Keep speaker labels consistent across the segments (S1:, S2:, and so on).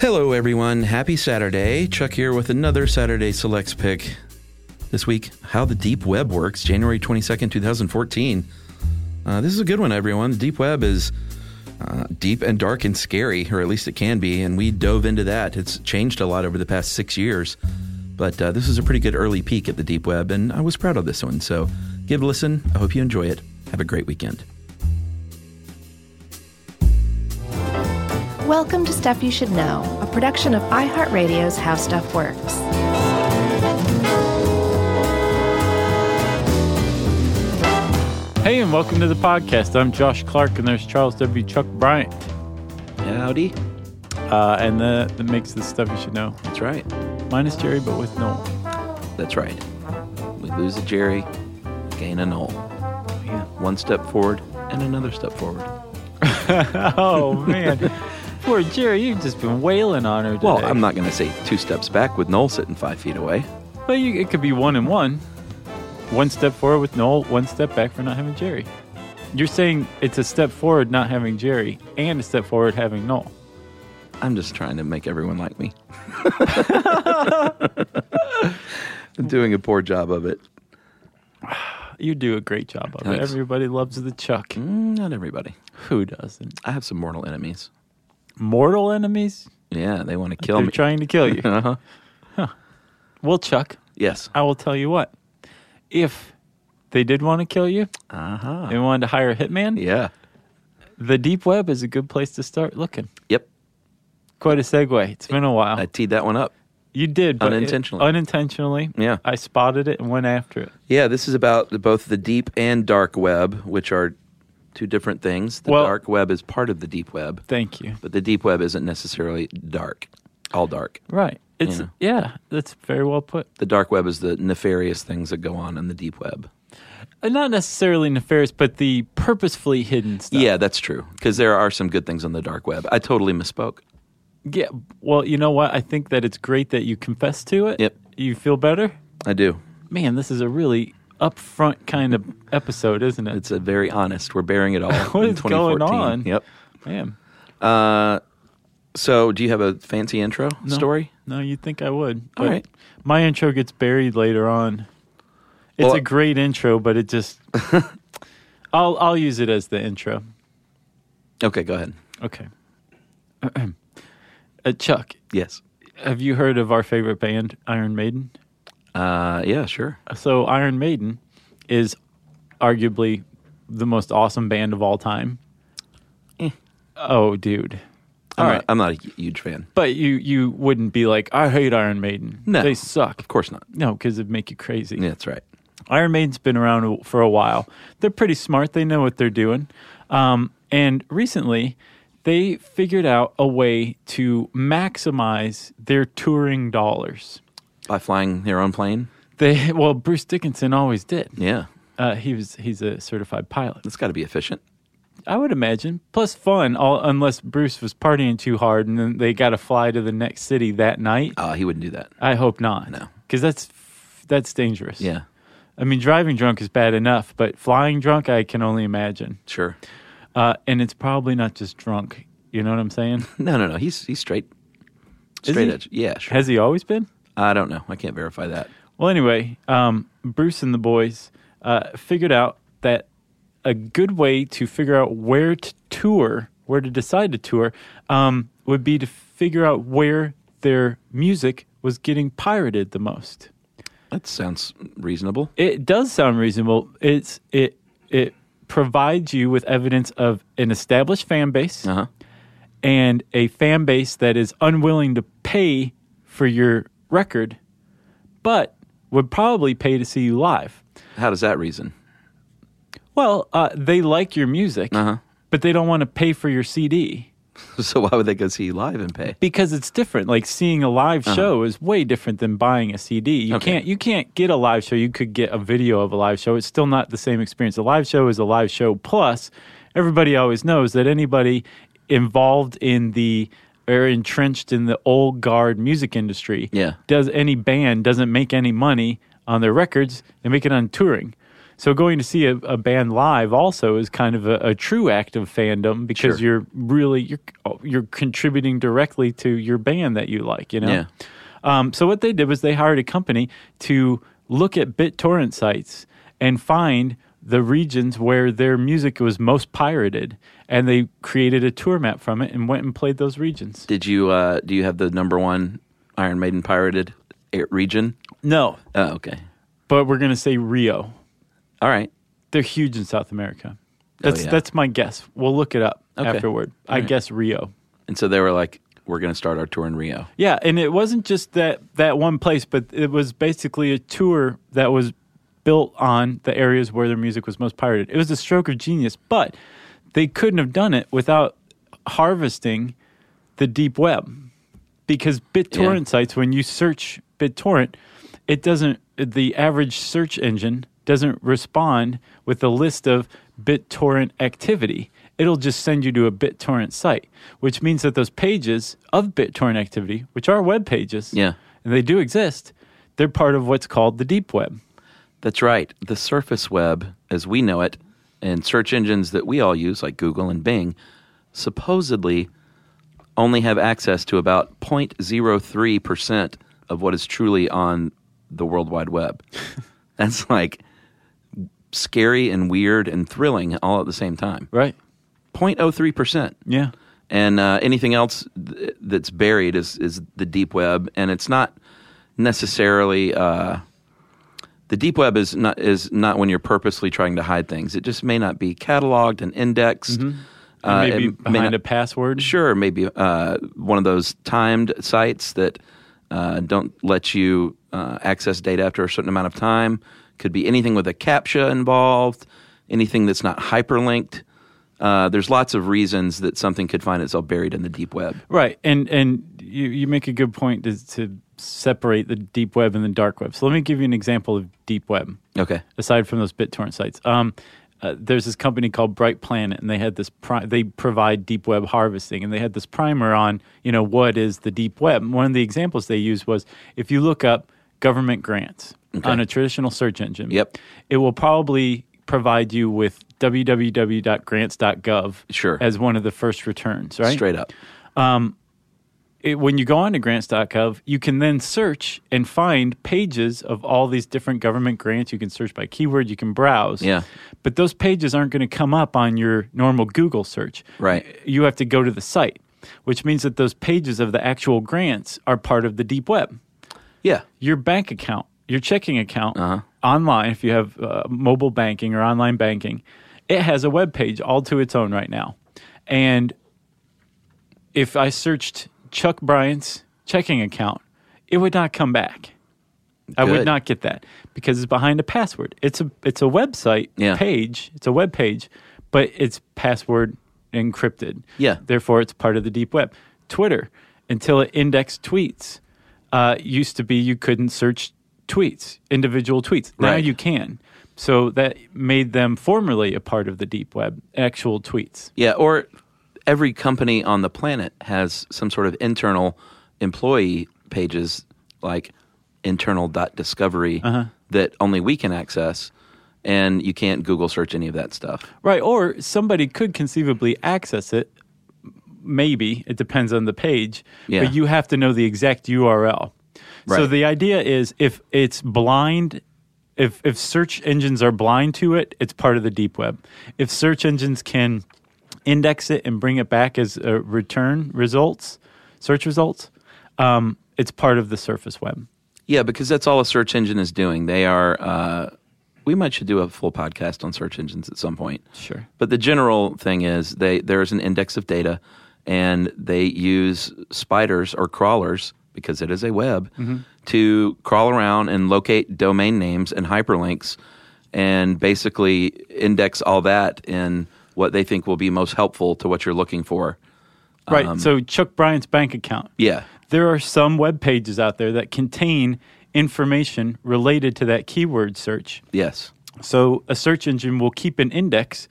S1: Hello, everyone. Happy Saturday. Chuck here with another Saturday Selects pick. This week, How the Deep Web Works, January 22nd, 2014. Uh, this is a good one, everyone. The deep web is uh, deep and dark and scary, or at least it can be, and we dove into that. It's changed a lot over the past six years, but uh, this is a pretty good early peek at the deep web, and I was proud of this one. So give a listen. I hope you enjoy it. Have a great weekend.
S2: Welcome to Stuff You Should Know, a production of iHeartRadio's How Stuff Works.
S3: Hey, and welcome to the podcast. I'm Josh Clark, and there's Charles W. Chuck Bryant,
S1: Howdy.
S3: uh, and the, that makes the stuff you should know.
S1: That's right.
S3: Minus Jerry, but with Noel.
S1: That's right. We lose a Jerry, gain a null.
S3: Yeah.
S1: One step forward and another step forward.
S3: oh man, poor Jerry, you've just been wailing on her. Today.
S1: Well, I'm not going to say two steps back with Noel sitting five feet away.
S3: But you, it could be one and one. One step forward with Noel, one step back for not having Jerry. You're saying it's a step forward not having Jerry, and a step forward having Noel.
S1: I'm just trying to make everyone like me. I'm doing a poor job of it.
S3: You do a great job of it.
S1: Thanks.
S3: Everybody loves the Chuck.
S1: Mm, Not everybody.
S3: Who doesn't?
S1: I have some mortal enemies.
S3: Mortal enemies?
S1: Yeah, they want to kill
S3: They're
S1: me.
S3: trying to kill you.
S1: uh-huh.
S3: well, Chuck,
S1: Yes.
S3: I will tell you what. If they did want to kill you
S1: Uh-huh.
S3: and wanted to hire a hitman,
S1: Yeah.
S3: the deep web is a good place to start looking.
S1: Yep.
S3: Quite a segue. It's been a while.
S1: I teed that one up.
S3: you did but it-
S1: Unintentionally.
S3: unintentionally.
S1: Yeah.
S3: I spotted it and went after it.
S1: Yeah, this is about the- both the deep and dark web, which are two different things. The
S3: Well-
S1: dark web is part of the deep web,
S3: Thank you.
S1: but the deep web isn't necessarily dark, all dark.
S3: Right. It's
S1: Yeah.
S3: yeah. That's very well put.
S1: The dark web is the nefarious things that go on in the deep web.
S3: Uh, Not necessarily nefarious, but the purposefully hidden stuff.
S1: Yeah, that's true, because there are some good things on the dark web. I totally misspoke.
S3: Yeah. Well, you know what? I think that it's great that you confess to it.
S1: Yep.
S3: You feel better.
S1: I do.
S3: Man, this is a really upfront kind of episode, isn't it?
S1: It's a very honest. We're bearing it all.
S3: What
S1: in
S3: is going
S1: 2014.
S3: on?
S1: Yep.
S3: Man.
S1: So, do you have a fancy intro
S3: No.
S1: story?
S3: No, you'd think I would.
S1: All
S3: but
S1: right.
S3: My intro gets buried later on. It's
S1: Well-
S3: a great intro, but it just I'll I'll use it as the intro.
S1: Okay, go ahead.
S3: Okay. uh, Chuck,
S1: Yes.
S3: have you heard of our favorite band, Iron Maiden?
S1: Uh, yeah, sure.
S3: So Iron Maiden is arguably the most awesome band of all time.
S1: Eh.
S3: Oh, dude.
S1: I'm,
S3: All
S1: not,
S3: right.
S1: I'm not a huge fan.
S3: But you you wouldn't be like, I hate Iron Maiden.
S1: No.
S3: They suck.
S1: Of course not.
S3: No, because it'd make you crazy.
S1: Yeah, that's right.
S3: Iron Maiden's been around for a while. They're pretty smart. They know what they're doing. Um, and recently, they figured out a way to maximize their touring dollars.
S1: By flying their own plane?
S3: They well, Bruce Dickinson always did.
S1: Yeah.
S3: Uh, he was he's a certified pilot.
S1: That's got to be efficient.
S3: I would imagine. Plus fun, all, unless Bruce was partying too hard and then they got to fly to the next city that night.
S1: Uh, he wouldn't do that.
S3: I hope not.
S1: No.
S3: because that's that's dangerous.
S1: Yeah,
S3: I mean, driving drunk is bad enough, but flying drunk, I can only imagine.
S1: sure.
S3: Uh, and it's probably not just drunk. You know what I'm saying?
S1: No, no, no. He's he's straight,
S3: Is
S1: straight
S3: he?
S1: edge. Yeah, sure.
S3: Has he always been?
S1: I don't know. I can't verify that.
S3: Well, anyway, um, Bruce and the boys uh, figured out that a good way to figure out where to tour, where to decide to tour, um, would be to figure out where their music was getting pirated the most.
S1: That sounds reasonable.
S3: It does sound reasonable. It's it it provides you with evidence of an established fan base.
S1: Uh huh.
S3: and a fan base that is unwilling to pay for your record, but would probably pay to see you live.
S1: How does that reason?
S3: Well, uh, they like your music,
S1: Uh-huh.
S3: but they don't want to pay for your CD
S1: So why would they go see you live and pay?
S3: because it's different. Like seeing a live show is way different than buying a CD.
S1: Uh-huh.
S3: You
S1: Okay.
S3: can't you can't get a live show. You could get a video of a live show. It's still not the same experience. A live show is a live show plus everybody always knows that anybody involved in the or entrenched in the old guard music industry
S1: Yeah.
S3: does any band doesn't make any money on their records. They make it on touring. So going to see a, a band live also is kind of a, a true act of fandom because
S1: Sure.
S3: you're really you're you're contributing directly to your band that you like. You know.
S1: Yeah.
S3: Um, so what they did was they hired a company to look at BitTorrent sites and find the regions where their music was most pirated, and they created a tour map from it and went and played those regions.
S1: Did you uh, do you have the number one Iron Maiden pirated a- region?
S3: No,
S1: Oh, okay.
S3: but we're gonna say Rio.
S1: All right.
S3: They're huge in South America. That's
S1: Oh, yeah.
S3: that's my guess. We'll look it up
S1: Okay.
S3: afterward. I
S1: right.
S3: guess Rio.
S1: And so they were like, "We're going to start our tour in Rio."
S3: Yeah, and it wasn't just that that one place, but it was basically a tour that was built on the areas where their music was most pirated. It was a stroke of genius, but they couldn't have done it without harvesting the deep web. Because BitTorrent
S1: Yeah.
S3: sites when you search BitTorrent, it doesn't the average search engine doesn't respond with a list of BitTorrent activity. It'll just send you to a BitTorrent site, which means that those pages of BitTorrent activity, which are web pages,
S1: Yeah.
S3: and they do exist, they're part of what's called the deep web.
S1: That's right. The surface web, as we know it, and search engines that we all use, like Google and Bing, supposedly only have access to about 0.03% of what is truly on the World Wide Web. That's like scary and weird and thrilling all at the same time.
S3: Right.
S1: 0.03%.
S3: Yeah.
S1: And uh, anything else th- that's buried is, is the deep web. And it's not necessarily. Uh, the deep web is not is not when you're purposely trying to hide things. It just may not be cataloged and indexed. Uh,
S3: Maybe
S1: it may
S3: behind
S1: not-
S3: a password.
S1: Sure, maybe uh, one of those timed sites that uh, don't let you uh, access data after a certain amount of time. Could be anything with a CAPTCHA involved, anything that's not hyperlinked. Uh, there's lots of reasons that something could find itself buried in the deep web.
S3: Right, and and you, you make a good point to, to separate the deep web and the dark web. So let me give you an example of deep web.
S1: Okay.
S3: Aside from those BitTorrent sites, um, uh, there's this company called Bright Planet, and they had this. Pri- they provide deep web harvesting, and they had this primer on you know what is the deep web. And one of the examples they used was if you look up government grants on a traditional search engine,
S1: Yep.
S3: it will probably provide you with www.grants.gov
S1: Sure.
S3: as one of the first returns, right?
S1: Straight up.
S3: it, when you go on to grants.gov, you can then search and find pages of all these different government grants. You can search by keyword, you can browse.
S1: Yeah.
S3: But those pages aren't going to come up on your normal Google search.
S1: Right.
S3: You have to go to the site, which means that those pages of the actual grants are part of the deep web
S1: Yeah.
S3: your bank account, your checking account
S1: Uh-huh.
S3: online, if you have uh, mobile banking or online banking, it has a web page all to its own right now. And if I searched Chuck Bryant's checking account, it would not come back. I
S1: Good.
S3: would not get that because it's behind a password. It's a it's a website
S1: Yeah.
S3: page. It's a web page, but it's password encrypted.
S1: Yeah.
S3: Therefore, it's part of the deep web. Twitter, until it indexed tweets, uh, used to be you couldn't search tweets, individual tweets. Now
S1: Right.
S3: you can. So that made them formerly a part of the deep web, actual tweets.
S1: Yeah, or every company on the planet has some sort of internal employee pages like internal.discovery that only we can access and you can't Google search any of that stuff.
S3: Right. Or somebody could conceivably access it. Maybe it depends on the page,
S1: Yeah.
S3: but you have to know the exact URL. So
S1: Right.
S3: the idea is if it's blind, if, if search engines are blind to it, it's part of the deep web. If search engines can index it and bring it back as a return results, search results, um, it's part of the surface web.
S1: Yeah, because that's all a search engine is doing. They are uh, we might should do a full podcast on search engines at some point.
S3: Sure.
S1: But the general thing is they there is an index of data, and they use spiders or crawlers because it is a web to crawl around and locate domain names and hyperlinks, and basically index all that in what they think will be most helpful to what you're looking for.
S3: Right.
S1: Um,
S3: so Chuck Bryant's bank account.
S1: Yeah,
S3: there are some web pages out there that contain information related to that keyword search.
S1: yes,
S3: So a search engine will keep an index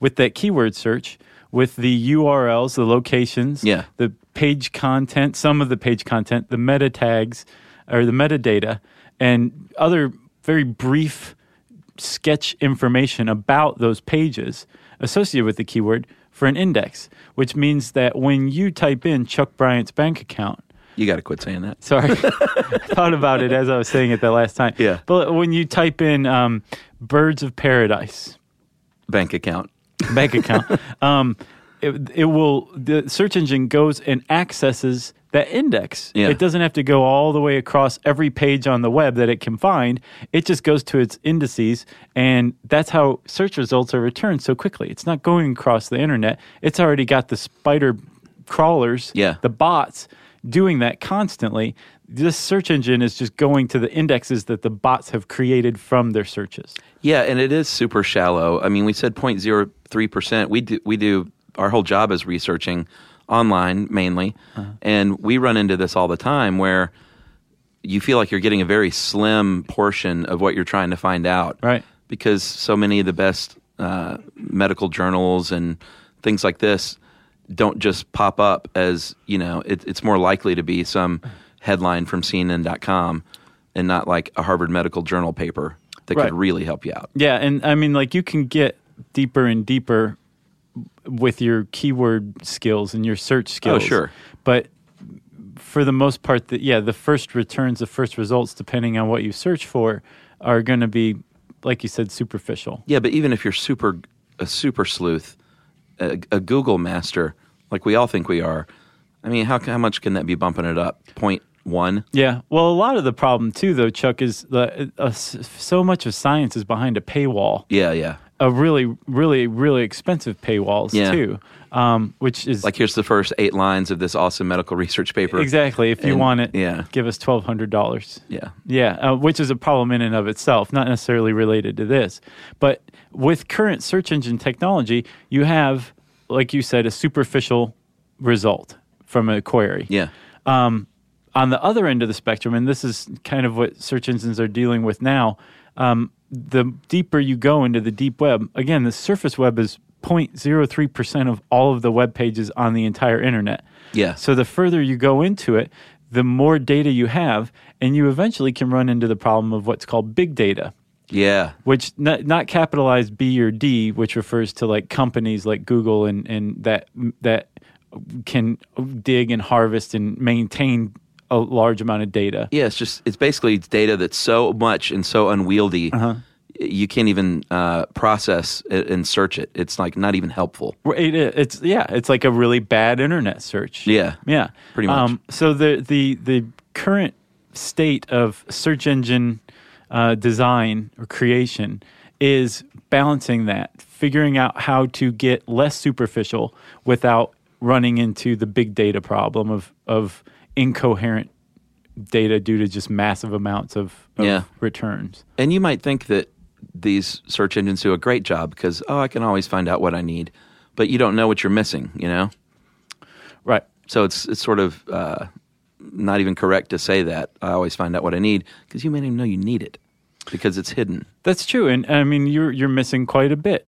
S3: with that keyword search with the URLs, the locations,
S1: Yeah.
S3: the page content, some of the page content, the meta tags or the metadata, and other very brief sketch information about those pages associated with the keyword for an index, which means that when you type in Chuck Bryant's bank account,
S1: You got to quit saying that.
S3: Sorry. I thought about it as I was saying it the last time.
S1: Yeah.
S3: But when you type in um, birds of paradise
S1: Bank account.
S3: bank account, um, it, it will, the search engine goes and accesses that index.
S1: Yeah.
S3: It doesn't have to go all the way across every page on the web that it can find. It just goes to its indices, and that's how search results are returned so quickly. It's not going across the internet, it's already got the spider crawlers
S1: Yeah.
S3: the bots doing that constantly. This search engine is just going to the indexes that the bots have created from their searches.
S1: Yeah, and it is super shallow. I mean, we said 0.03%. We do, we do our whole job is researching online mainly. And we run into this all the time where you feel like you're getting a very slim portion of what you're trying to find out.
S3: Right.
S1: Because so many of the best uh, medical journals and things like this don't just pop up as, you know, it, it's more likely to be some headline from CNN.com and not like a Harvard Medical Journal paper that
S3: Right.
S1: could really help you out.
S3: Yeah, and I mean, like you can get deeper and deeper with your keyword skills and your search skills.
S1: Oh, sure.
S3: But for the most part, the, yeah, the first returns, the first results, depending on what you search for, are going to be, like you said, superficial.
S1: Yeah, but even if you're super a super sleuth, a, a Google master, like we all think we are, I mean, how ca- how much can that be bumping it up? Point one.
S3: Yeah. Well, a lot of the problem too, though, Chuck, is the uh, s- so much of science is behind a paywall.
S1: Yeah, yeah.
S3: a really, really, really expensive paywalls
S1: Yeah.
S3: too, um, which is
S1: Like here's the first eight lines of this awesome medical research paper.
S3: exactly if you
S1: And-
S3: want it,
S1: yeah.
S3: give us twelve hundred dollars.
S1: Yeah.
S3: Yeah, uh, which is a problem in and of itself, not necessarily related to this. But with current search engine technology, you have, like you said, a superficial result from a query.
S1: Yeah.
S3: on the other end of the spectrum, and this is kind of what search engines are dealing with now, um, the deeper you go into the deep web, again, the surface web is 0.03% of all of the web pages on the entire internet.
S1: Yeah.
S3: So the further you go into it, the more data you have, and you eventually can run into the problem of what's called big data
S1: Yeah.
S3: which not, not capitalized B or D, which refers to like companies like Google and, and that that can dig and harvest and maintain a large amount of data.
S1: Yeah, it's just it's basically data that's so much and so unwieldy. You can't even uh, process it and search it. It's like not even helpful.
S3: It, it's yeah, it's like a really bad internet search.
S1: Yeah.
S3: yeah, Um,
S1: Pretty much.
S3: so the the the current state of search engine uh, design or creation is balancing that, figuring out how to get less superficial without running into the big data problem of of incoherent data due to just massive amounts of, of
S1: Yeah.
S3: returns.
S1: And you might think that these search engines do a great job because oh, I can always find out what I need, but you don't know what you're missing. You know.
S3: Right.
S1: So it's it's sort of uh, not even correct to say that. I always find out what I need because you may not even know you need it because it's hidden.
S3: That's true, and I mean you're you're missing quite a bit.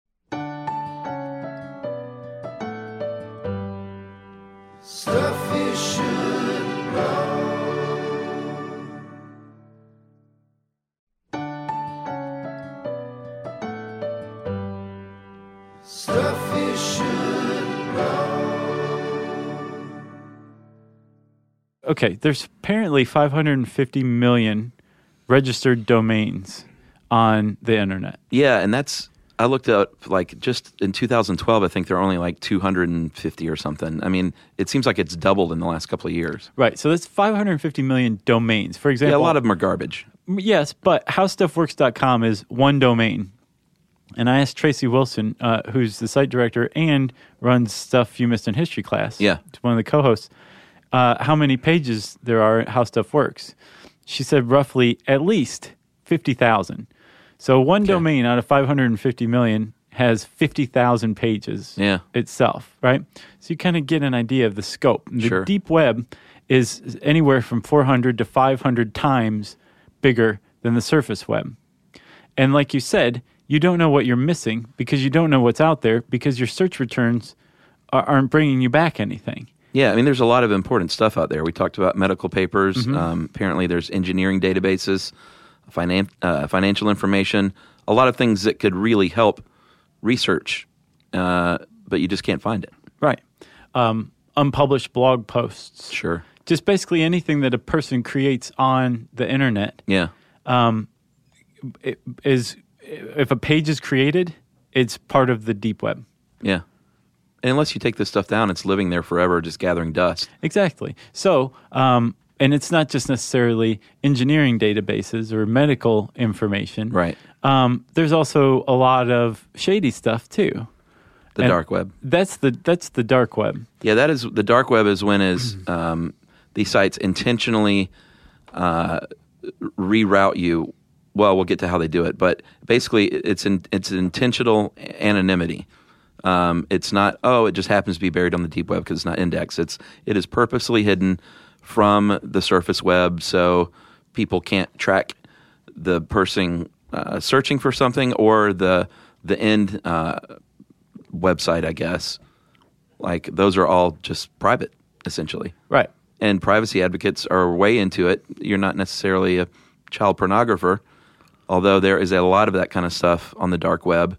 S4: Stuff you should know. Stuff you should know.
S3: Okay, there's apparently 550 million registered domains on the internet.
S1: Yeah, and that's I looked up like just in 2012. I think there are only like 250 or something. I mean, it seems like it's doubled in the last couple of years.
S3: Right, so that's 550 million domains. For
S1: Yeah,
S3: example,
S1: a lot of them are garbage.
S3: yes, but howstuffworks.com is one domain. And I asked Tracy Wilson, uh, who's the site director and runs stuff you missed in history class.
S1: Yeah.
S3: it's one of the co-hosts. Uh, how many pages there are at How Stuff Works? She said roughly at least fifty thousand. So one domain out of five hundred and fifty million has fifty thousand pages
S1: Yeah.
S3: itself, right? So you kind of get an idea of the scope. The
S1: Sure.
S3: deep web is anywhere from 400 to 500 times bigger than the surface web. And like you said, you don't know what you're missing because you don't know what's out there because your search returns are, aren't bringing you back anything.
S1: Yeah, I mean, there's a lot of important stuff out there. We talked about medical papers.
S3: Mm-hmm.
S1: Um, apparently, there's engineering databases, finan- uh, financial information, a lot of things that could really help research, uh, but you just can't find it.
S3: Right. Um, unpublished blog posts.
S1: Sure.
S3: Just basically anything that a person creates on the internet
S1: Yeah.
S3: it is if a page is created, it's part of the deep web.
S1: Yeah. And unless you take this stuff down, it's living there forever, just gathering dust.
S3: Exactly. So, um, and it's not just necessarily engineering databases or medical information.
S1: Right.
S3: Um, there's also a lot of shady stuff too.
S1: The
S3: And-
S1: dark web.
S3: That's the that's the dark web.
S1: Yeah, that is the dark web is when is um, these sites intentionally uh, reroute you. Well, we'll get to how they do it, but basically, it's in, it's intentional anonymity. Um, it's not oh, it just happens to be buried on the deep web because it's not indexed. It's it is purposely hidden from the surface web, so people can't track the person uh, searching for something or the the end uh, website, I guess like those are all just private essentially
S3: Right.
S1: and privacy advocates are way into it you're not necessarily a child pornographer although there is a lot of that kind of stuff on the dark web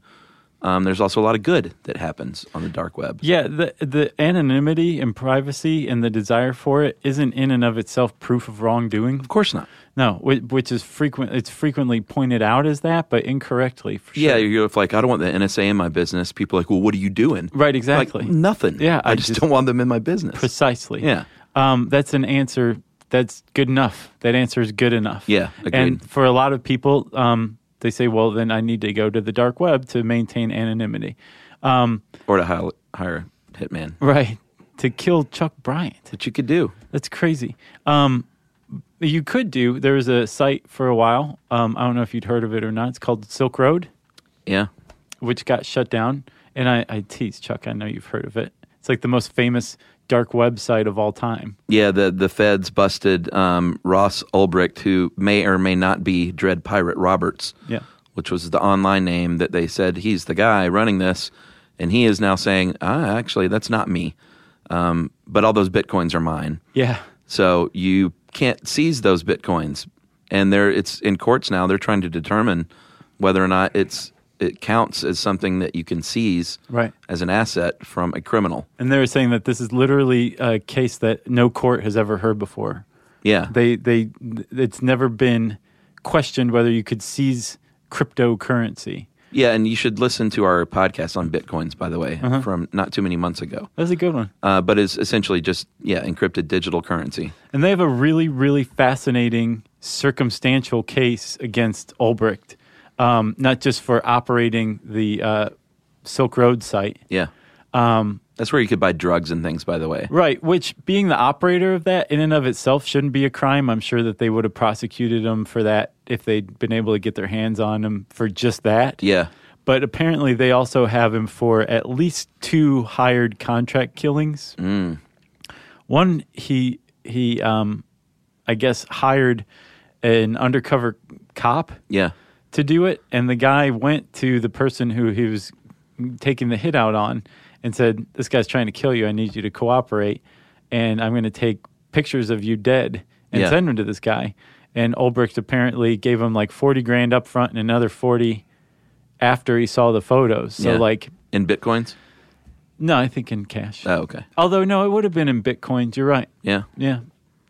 S1: um, there's also a lot of good that happens on the dark web
S3: Yeah, the the anonymity and privacy and the desire for it isn't in and of itself proof of wrongdoing.
S1: of course not
S3: No, which, which is frequent. It's frequently pointed out as that, but incorrectly. For sure.
S1: yeah you're like i don't want the nsa in my business people are like well what are you doing
S3: Right,
S1: Like,
S3: exactly.
S1: nothing
S3: Yeah,
S1: i,
S3: I
S1: just,
S3: just-
S1: don't want them in my business
S3: Precisely.
S1: Yeah.
S3: Um, that's an answer that's good enough. That answer is good enough.
S1: Yeah, agreed.
S3: And for a lot of people, um, they say, well, then I need to go to the dark web to maintain anonymity. Um,
S1: or to hire, hire a hitman
S3: right. To kill Chuck Bryant.
S1: that you could do
S3: That's crazy. Um, you could do, there was a site for a while. Um, I don't know if you'd heard of it or not. It's called Silk Road,
S1: yeah
S3: which got shut down. And I, I tease, Chuck, I know you've heard of it. It's like the most famous dark website of all time.
S1: Yeah, the the feds busted um, Ross Ulbricht, who may or may not be Dread Pirate Roberts.
S3: Yeah.
S1: which was the online name that they said he's the guy running this, and he is now saying, ah, actually, that's not me. Um, but all those bitcoins are mine,
S3: Yeah.
S1: so you can't seize those bitcoins. And they're it's in courts now. They're trying to determine whether or not it's it counts as something that you can seize
S3: Right.
S1: as an asset from a criminal.
S3: And they were saying that this is literally a case that no court has ever heard before.
S1: Yeah,
S3: They they it's never been questioned whether you could seize cryptocurrency.
S1: Yeah, and you should listen to our podcast on bitcoins, by the way, from not too many months ago.
S3: That's a good one.
S1: Uh, but it's essentially just yeah, encrypted digital currency.
S3: And they have a really really fascinating circumstantial case against Ulbricht, um, not just for operating the uh, Silk Road site,
S1: Yeah, um, that's where you could buy drugs and things. By the way,
S3: Right, which being the operator of that in and of itself shouldn't be a crime. I'm sure that they would have prosecuted him for that if they'd been able to get their hands on him for just that.
S1: yeah,
S3: But apparently, they also have him for at least two hired contract killings. One, he he, um, I guess, hired an undercover cop
S1: yeah,
S3: to do it, and the guy went to the person who he was taking the hit out on and said, "This guy's trying to kill you. I need you to cooperate, and I'm going to take pictures of you dead and
S1: Yeah.
S3: send them to this guy." And Ulbricht apparently gave him like forty grand up front and another forty after he saw the photos. So
S1: yeah.
S3: like,
S1: in bitcoins.
S3: no, I think in cash.
S1: Oh, okay,
S3: Although no, it would have been in bitcoins. You're right.
S1: yeah.
S3: Yeah.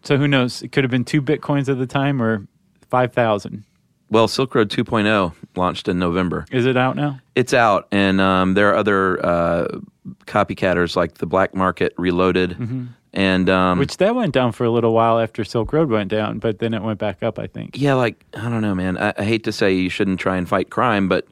S3: So who knows? It could have been two bitcoins at the time or five thousand.
S1: Well, Silk Road 2.0 launched in November.
S3: Is it out now?
S1: It's out, and um, there are other uh, copycatters like the Black Market Reloaded, and um,
S3: Which that went down for a little while after Silk Road went down, but then it went back up, I think.
S1: yeah, like I don't know, man. I, I hate to say you shouldn't try and fight crime, but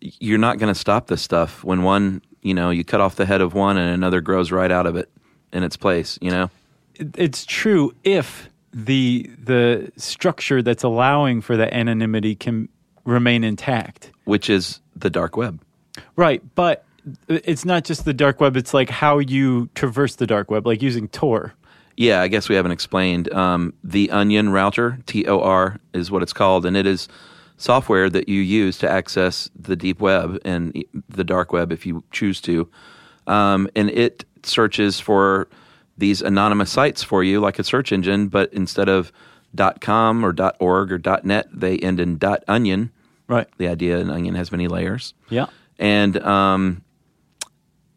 S1: you're not going to stop this stuff when one, you know, you cut off the head of one and another grows right out of it in its place. You know,
S3: It- It's true if the the structure that's allowing for the anonymity can remain intact.
S1: which is the dark web.
S3: Right, but it's not just the dark web, it's like how you traverse the dark web, like using Tor.
S1: Yeah, I guess we haven't explained. Um, the Onion Router, T O R, is what it's called, and it is software that you use to access the deep web and e, the dark web if you choose to. Um, and it searches for these anonymous sites for you like a search engine, but instead of .com or .org or .net, they end in .onion,
S3: Right.
S1: The idea an onion has many layers,
S3: Yeah.
S1: and um,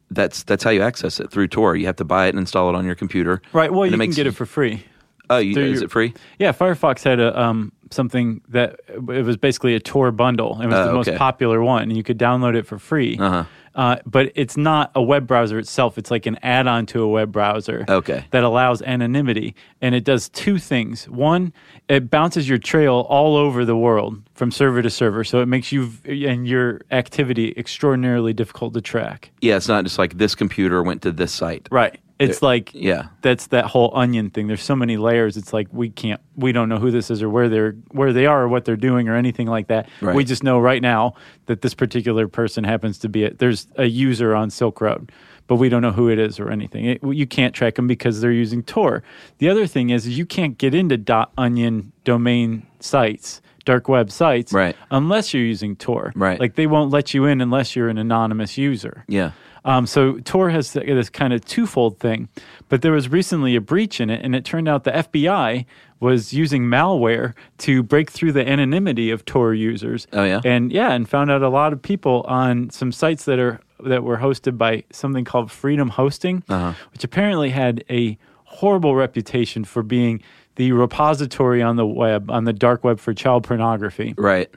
S1: that's that's how you access it through Tor. You have to buy it and install it on your computer.
S3: Right. Well,
S1: And
S3: you
S1: makes-
S3: can get it for free.
S1: Oh, you,
S3: through
S1: is
S3: your-
S1: it free?
S3: Yeah, Firefox had a um, something that it was basically a Tor bundle. It was
S1: Oh,
S3: the most
S1: okay.
S3: popular one, and you could download it for free.
S1: Uh-huh.
S3: Uh, but it's not a web browser itself; it's like an add-on to a web browser.
S1: Okay.
S3: That allows anonymity, and it does two things. One, it bounces your trail all over the world from server to server, so it makes you v- and your activity extraordinarily difficult to track.
S1: Yeah, it's not just like this computer went to this site.
S3: Right. It's like
S1: Yeah.
S3: that's that whole onion thing. There's so many layers. It's like we can't, we don't know who this is or where they're, where they are or what they're doing or anything like that.
S1: Right.
S3: We just know right now that this particular person happens to be a, there's a user on Silk Road, but we don't know who it is or anything. It, you can't track them because they're using Tor. The other thing is you can't get into dot .onion domain sites, dark web sites,
S1: Right.
S3: Unless you're using Tor,
S1: Right.
S3: Like they won't let you in unless you're an anonymous user.
S1: Yeah.
S3: Um, so Tor has th- this kind of twofold thing, but there was recently a breach in it, and it turned out the FBI was using malware to break through the anonymity of Tor users.
S1: Oh, yeah?
S3: and yeah, and found out a lot of people on some sites that are that were hosted by something called Freedom Hosting,
S1: Uh-huh.
S3: which apparently had a horrible reputation for being the repository on the web on the dark web for child pornography
S1: Right.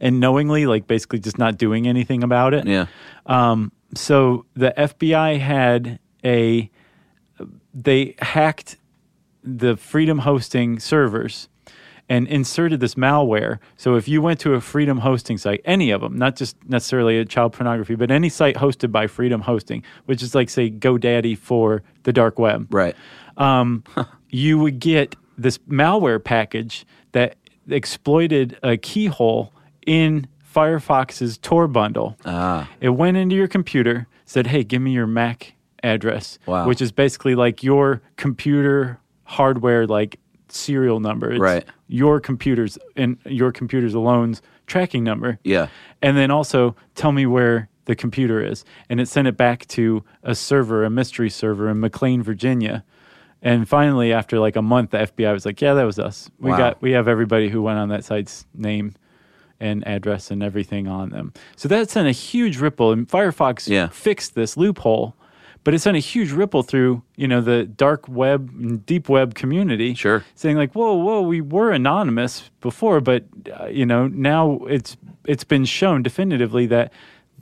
S3: and knowingly like basically just not doing anything about it
S1: Yeah.
S3: so the FBI had a they hacked the Freedom Hosting servers and inserted this malware. So if you went to a Freedom Hosting site, any of them, not just necessarily a child pornography, but any site hosted by Freedom Hosting, which is like say GoDaddy for the dark web
S1: Right.
S3: you would get this malware package that exploited a keyhole in Firefox's Tor bundle. Ah. It went into your computer, said, "Hey, give me your MAC address,"
S1: Wow.
S3: which is basically like your computer hardware like serial number. It's
S1: Right.
S3: Your computer's and your computer's alone's tracking number
S1: Yeah.
S3: and then also tell me where the computer is. And it sent it back to a server, a mystery server in McLean, Virginia. And finally, after like a month, the FBI was like, "Yeah, that was us. We
S1: Wow.
S3: got we have everybody who went on that site's name." And address and everything on them. So that sent a huge ripple, and Firefox
S1: Yeah.
S3: fixed this loophole, but it sent a huge ripple through you know the dark web, and deep web community,
S1: Sure.
S3: saying like, "Whoa, whoa, we were anonymous before, but uh, you know now it's it's been shown definitively that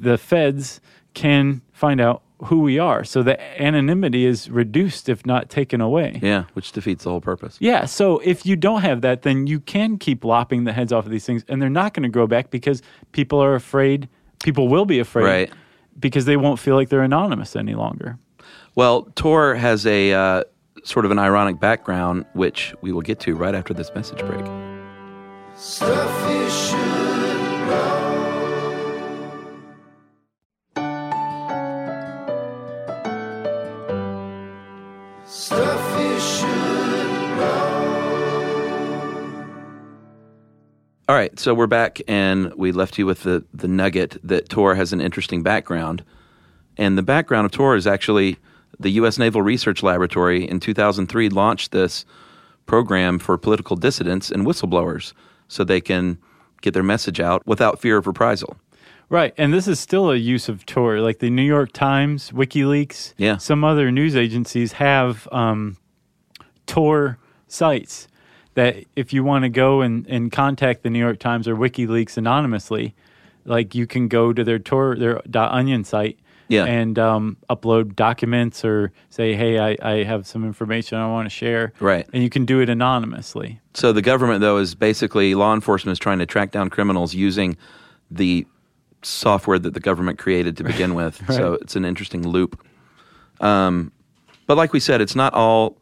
S3: the feds can find out who we are, so the anonymity is reduced if not taken away."
S1: Yeah. Which defeats the whole purpose.
S3: Yeah, so if you don't have that, then you can keep lopping the heads off of these things, and they're not going to grow back because people are afraid. People will be afraid
S1: Right.
S3: because they won't feel like they're anonymous any longer.
S1: Well, Tor has a uh, sort of an ironic background, which we will get to right after this message break.
S4: Stuff you should know. Stuff you should know.
S1: All right, so we're back, and we left you with the, the nugget that Tor has an interesting background. And the background of Tor is actually the U.S. Naval Research Laboratory in 2003 launched this program for political dissidents and whistleblowers so they can get their message out without fear of reprisal.
S3: Right, and this is still a use of Tor. Like the New York Times, WikiLeaks,
S1: Yeah.
S3: some other news agencies have um, Tor sites that if you want to go and, and contact the New York Times or WikiLeaks anonymously, like you can go to their Tor their .onion site
S1: Yeah.
S3: and um, upload documents or say, hey, I, I have some information I want to share.
S1: Right.
S3: and you can do it anonymously.
S1: So the government, though, is basically law enforcement is trying to track down criminals using the software that the government created to begin with. So it's an interesting loop. Um, but like we said, it's not all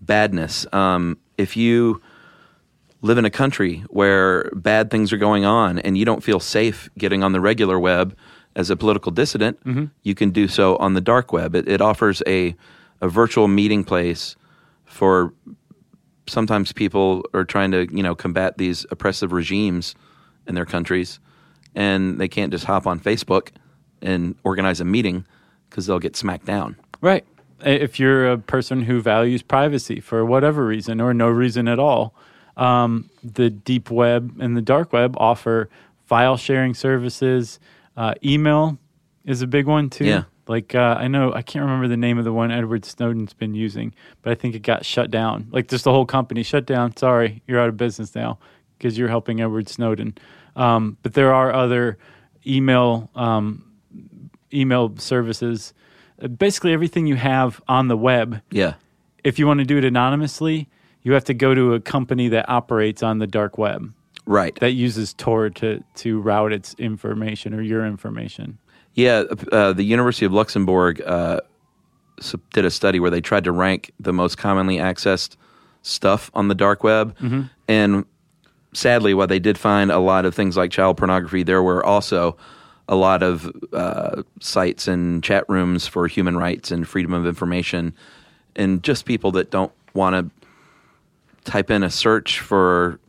S1: badness. Um, if you live in a country where bad things are going on and you don't feel safe getting on the regular web as a political dissident, you can do so on the dark web. It, it offers a, a virtual meeting place for sometimes people are trying to you know combat these oppressive regimes in their countries, and they can't just hop on Facebook and organize a meeting because they'll get smacked down.
S3: Right. If you're a person who values privacy for whatever reason or no reason at all, um, the deep web and the dark web offer file sharing services. Uh, email is a big one too.
S1: Yeah.
S3: Like uh, I know I can't remember the name of the one Edward Snowden's been using, but I think it got shut down. Like just the whole company shut down. Sorry, you're out of business now because you're helping Edward Snowden. Um, but there are other email um, email services. Uh, Basically, everything you have on the web
S1: Yeah.
S3: if you want to do it anonymously, you have to go to a company that operates on the dark web
S1: Right.
S3: that uses Tor to to route its information or your information.
S1: Yeah, uh, the University of Luxembourg uh, s- did a study where they tried to rank the most commonly accessed stuff on the dark web, and sadly, while they did find a lot of things like child pornography, there were also a lot of uh, sites and chat rooms for human rights and freedom of information, and just people that don't want to type in a search for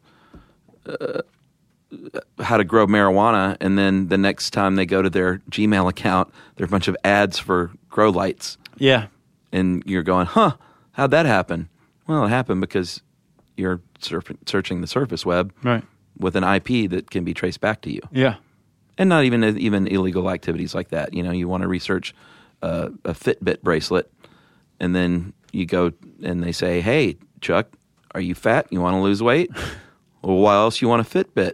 S1: how to grow marijuana, and then the next time they go to their Gmail account, there are a bunch of ads for grow lights,
S3: Yeah,
S1: and you're going, "Huh? How'd that happen?" Well, it happened because you're surf- searching the surface web
S3: right.
S1: with an IP that can be traced back to you,
S3: Yeah,
S1: and not even even illegal activities like that. You know, you want to research uh, a Fitbit bracelet, and then you go and they say, "Hey, Chuck, are you fat? You want to lose weight? well, why else you want a Fitbit,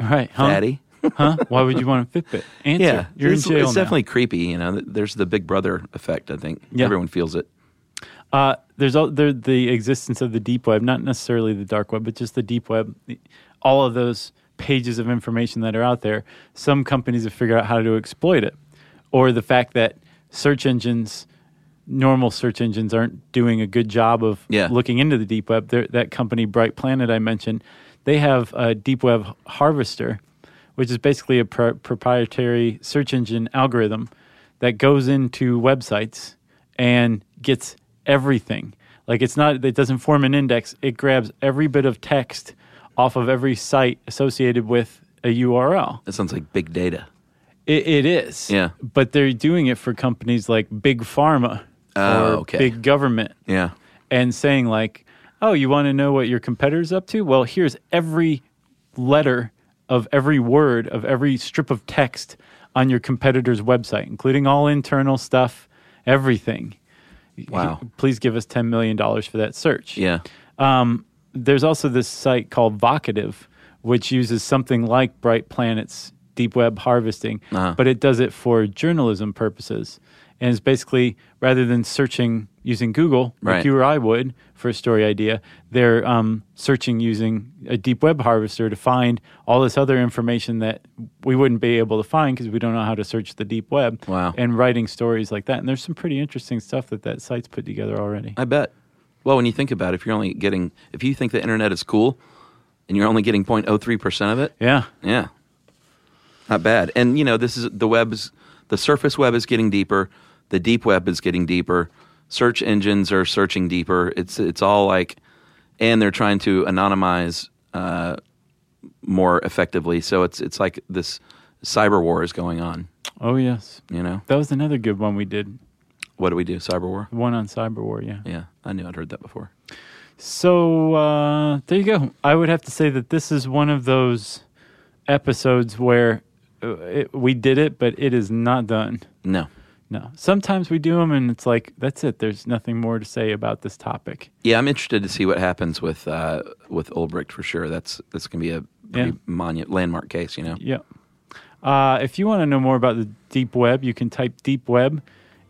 S3: All right, huh?
S1: fatty?"
S3: huh? Why would you want a Fitbit? Answer.
S1: Yeah,
S3: you're
S1: it's,
S3: in jail
S1: it's
S3: now.
S1: definitely creepy. You know, there's the Big Brother effect. I think
S3: Yeah.
S1: everyone feels it.
S3: Uh, there's all, there, the existence of the deep web, not necessarily the dark web, but just the deep web. the- All of those pages of information that are out there, some companies have figured out how to exploit it, or the fact that search engines, normal search engines, aren't doing a good job of
S1: Yeah.
S3: looking into the deep web. There, that company, Bright Planet, I mentioned, they have a deep web harvester, which is basically a pro- proprietary search engine algorithm that goes into websites and gets everything. Like it's not, it doesn't form an index. It grabs every bit of text off of every site associated with a URL.
S1: That sounds like big data.
S3: It, it is.
S1: Yeah.
S3: But they're doing it for companies like Big Pharma
S1: Oh,
S3: or
S1: okay.
S3: Big Government
S1: Yeah,
S3: and saying like, "Oh, you want to know what your competitor's up to? Well, here's every letter of every word of every strip of text on your competitor's website, including all internal stuff, everything.
S1: Wow.
S3: Please give us ten million dollars for that search."
S1: yeah,
S3: there's also this site called Vocative, which uses something like Bright Planet's deep web harvesting,
S1: Uh-huh.
S3: but it does it for journalism purposes. And it's basically rather than searching using Google,
S1: Right.
S3: like you or I would for a story idea, they're um, searching using a deep web harvester to find all this other information that we wouldn't be able to find because we don't know how to search the deep web.
S1: Wow.
S3: And writing stories like that. And there's some pretty interesting stuff that that site's put together already.
S1: I bet. Well, when you think about it, if you're only getting, if you think the internet is cool, and you're only getting 0.03 percent of it,
S3: yeah.
S1: yeah, not bad. And you know, this is the web's the surface web is getting deeper, the deep web is getting deeper. Search engines are searching deeper. It's it's all like, and they're trying to anonymize uh, more effectively. So it's it's like this cyber war is going on.
S3: Oh, yes.
S1: You know,
S3: That was another good one we did.
S1: what do we do? Cyber war.
S3: The one on Cyber War, yeah.
S1: Yeah, I knew I'd heard that before.
S3: So uh, there you go. I would have to say that this is one of those episodes where uh, it, we did it, but it is not done.
S1: No.
S3: No. Sometimes we do them and it's like, that's it. There's nothing more to say about this topic.
S1: Yeah, I'm interested to see what happens with uh, with Ulbricht for sure. That's that's gonna be a pretty
S3: Yeah.
S1: monu- landmark case. You know.
S3: Yep. Uh, if you want to know more about the deep web, you can type deep web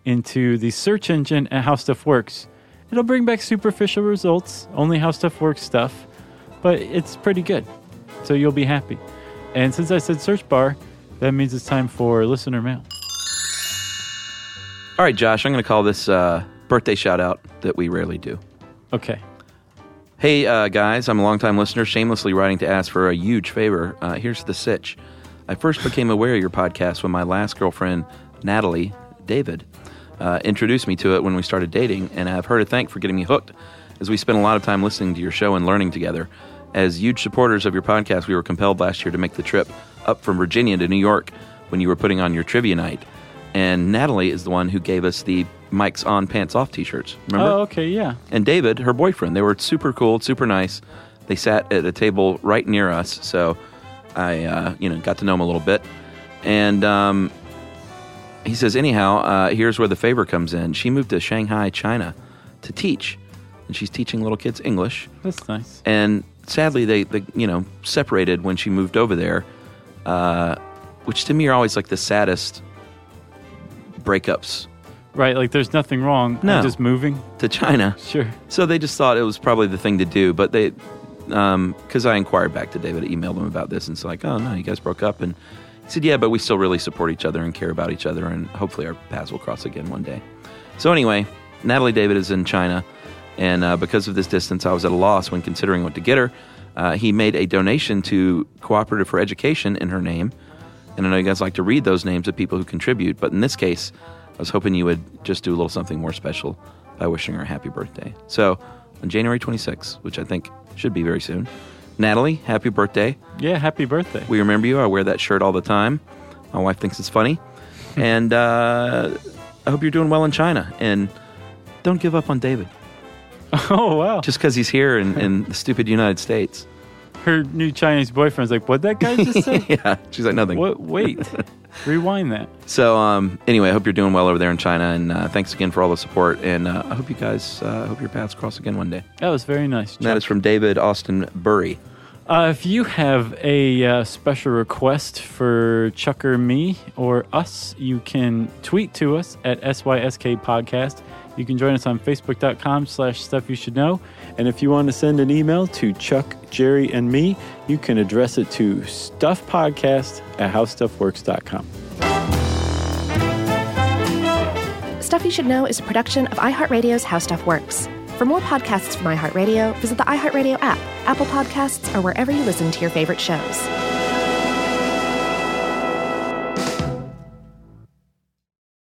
S3: into the search engine at How Stuff Works. It'll bring back superficial results, only How Stuff Works stuff, but it's pretty good. So you'll be happy. And since I said search bar, that means it's time for listener mail.
S1: All right, Josh, I'm gonna call this uh, birthday shout out that we rarely do.
S3: Okay.
S1: Hey uh, guys, I'm a longtime listener, shamelessly writing to ask for a huge favor. Uh, here's the sitch. I first became aware of your podcast when my last girlfriend, Natalie David, uh, introduced me to it when we started dating, and I've her to thank for getting me hooked, as we spent a lot of time listening to your show and learning together. As huge supporters of your podcast, we were compelled last year to make the trip up from Virginia to New York when you were putting on your trivia night. And Natalie is the one who gave us the Mike's On Pants Off t shirts. Remember?
S3: Oh, okay. Yeah.
S1: and David, her boyfriend. They were super cool, super nice. They sat at a table right near us, so I uh, you know got to know him a little bit, and um, he says, anyhow, uh, here's where the favor comes in. She moved to Shanghai, China, to teach, and she's teaching little kids English.
S3: That's nice.
S1: And sadly, they, they you know separated when she moved over there, uh, which to me are always like the saddest breakups
S3: Right, like there's nothing wrong.
S1: No.
S3: I'm just moving.
S1: to China.
S3: Sure.
S1: So they just thought it was probably the thing to do, but they, because I inquired back to David, I emailed him about this, and it's like, oh no, you guys broke up, and he said, yeah, but we still really support each other and care about each other, and hopefully our paths will cross again one day. So anyway, Natalie David is in China, and uh, because of this distance, I was at a loss when considering what to get her. Uh, he made a donation to Cooperative for Education in her name, and I know you guys like to read those names of people who contribute, but in this case, I was hoping you would just do a little something more special by wishing her a happy birthday. So, on January 26th, which I think should be very soon, Natalie, happy birthday.
S3: Yeah, happy birthday.
S1: We remember you. I wear that shirt all the time. My wife thinks it's funny. and uh, I hope you're doing well in China. And don't give up on David
S3: oh, wow.
S1: just because he's here in, in the stupid United States.
S3: Her new Chinese boyfriend's like, what that guy just said?
S1: yeah, she's like, nothing.
S3: What? Wait. Rewind that.
S1: So um, anyway, I hope you're doing well over there in China, and uh, thanks again for all the support. And uh, I hope you guys, uh, I hope your paths cross again one day.
S3: That was very nice.
S1: And that is from David Austin Burry.
S3: Uh, if you have a uh, special request for Chuck or me or us, you can tweet to us at SYSK Podcast. You can join us on Facebook.com slash Stuff You Should Know.
S5: And if you want to send an email to Chuck, Jerry, and me, you can address it to stuffpodcast at howstuffworks.com.
S2: Stuff You Should Know is a production of iHeartRadio's How Stuff Works. For more podcasts from iHeartRadio, visit the iHeartRadio app, Apple Podcasts, or wherever you listen to your favorite shows.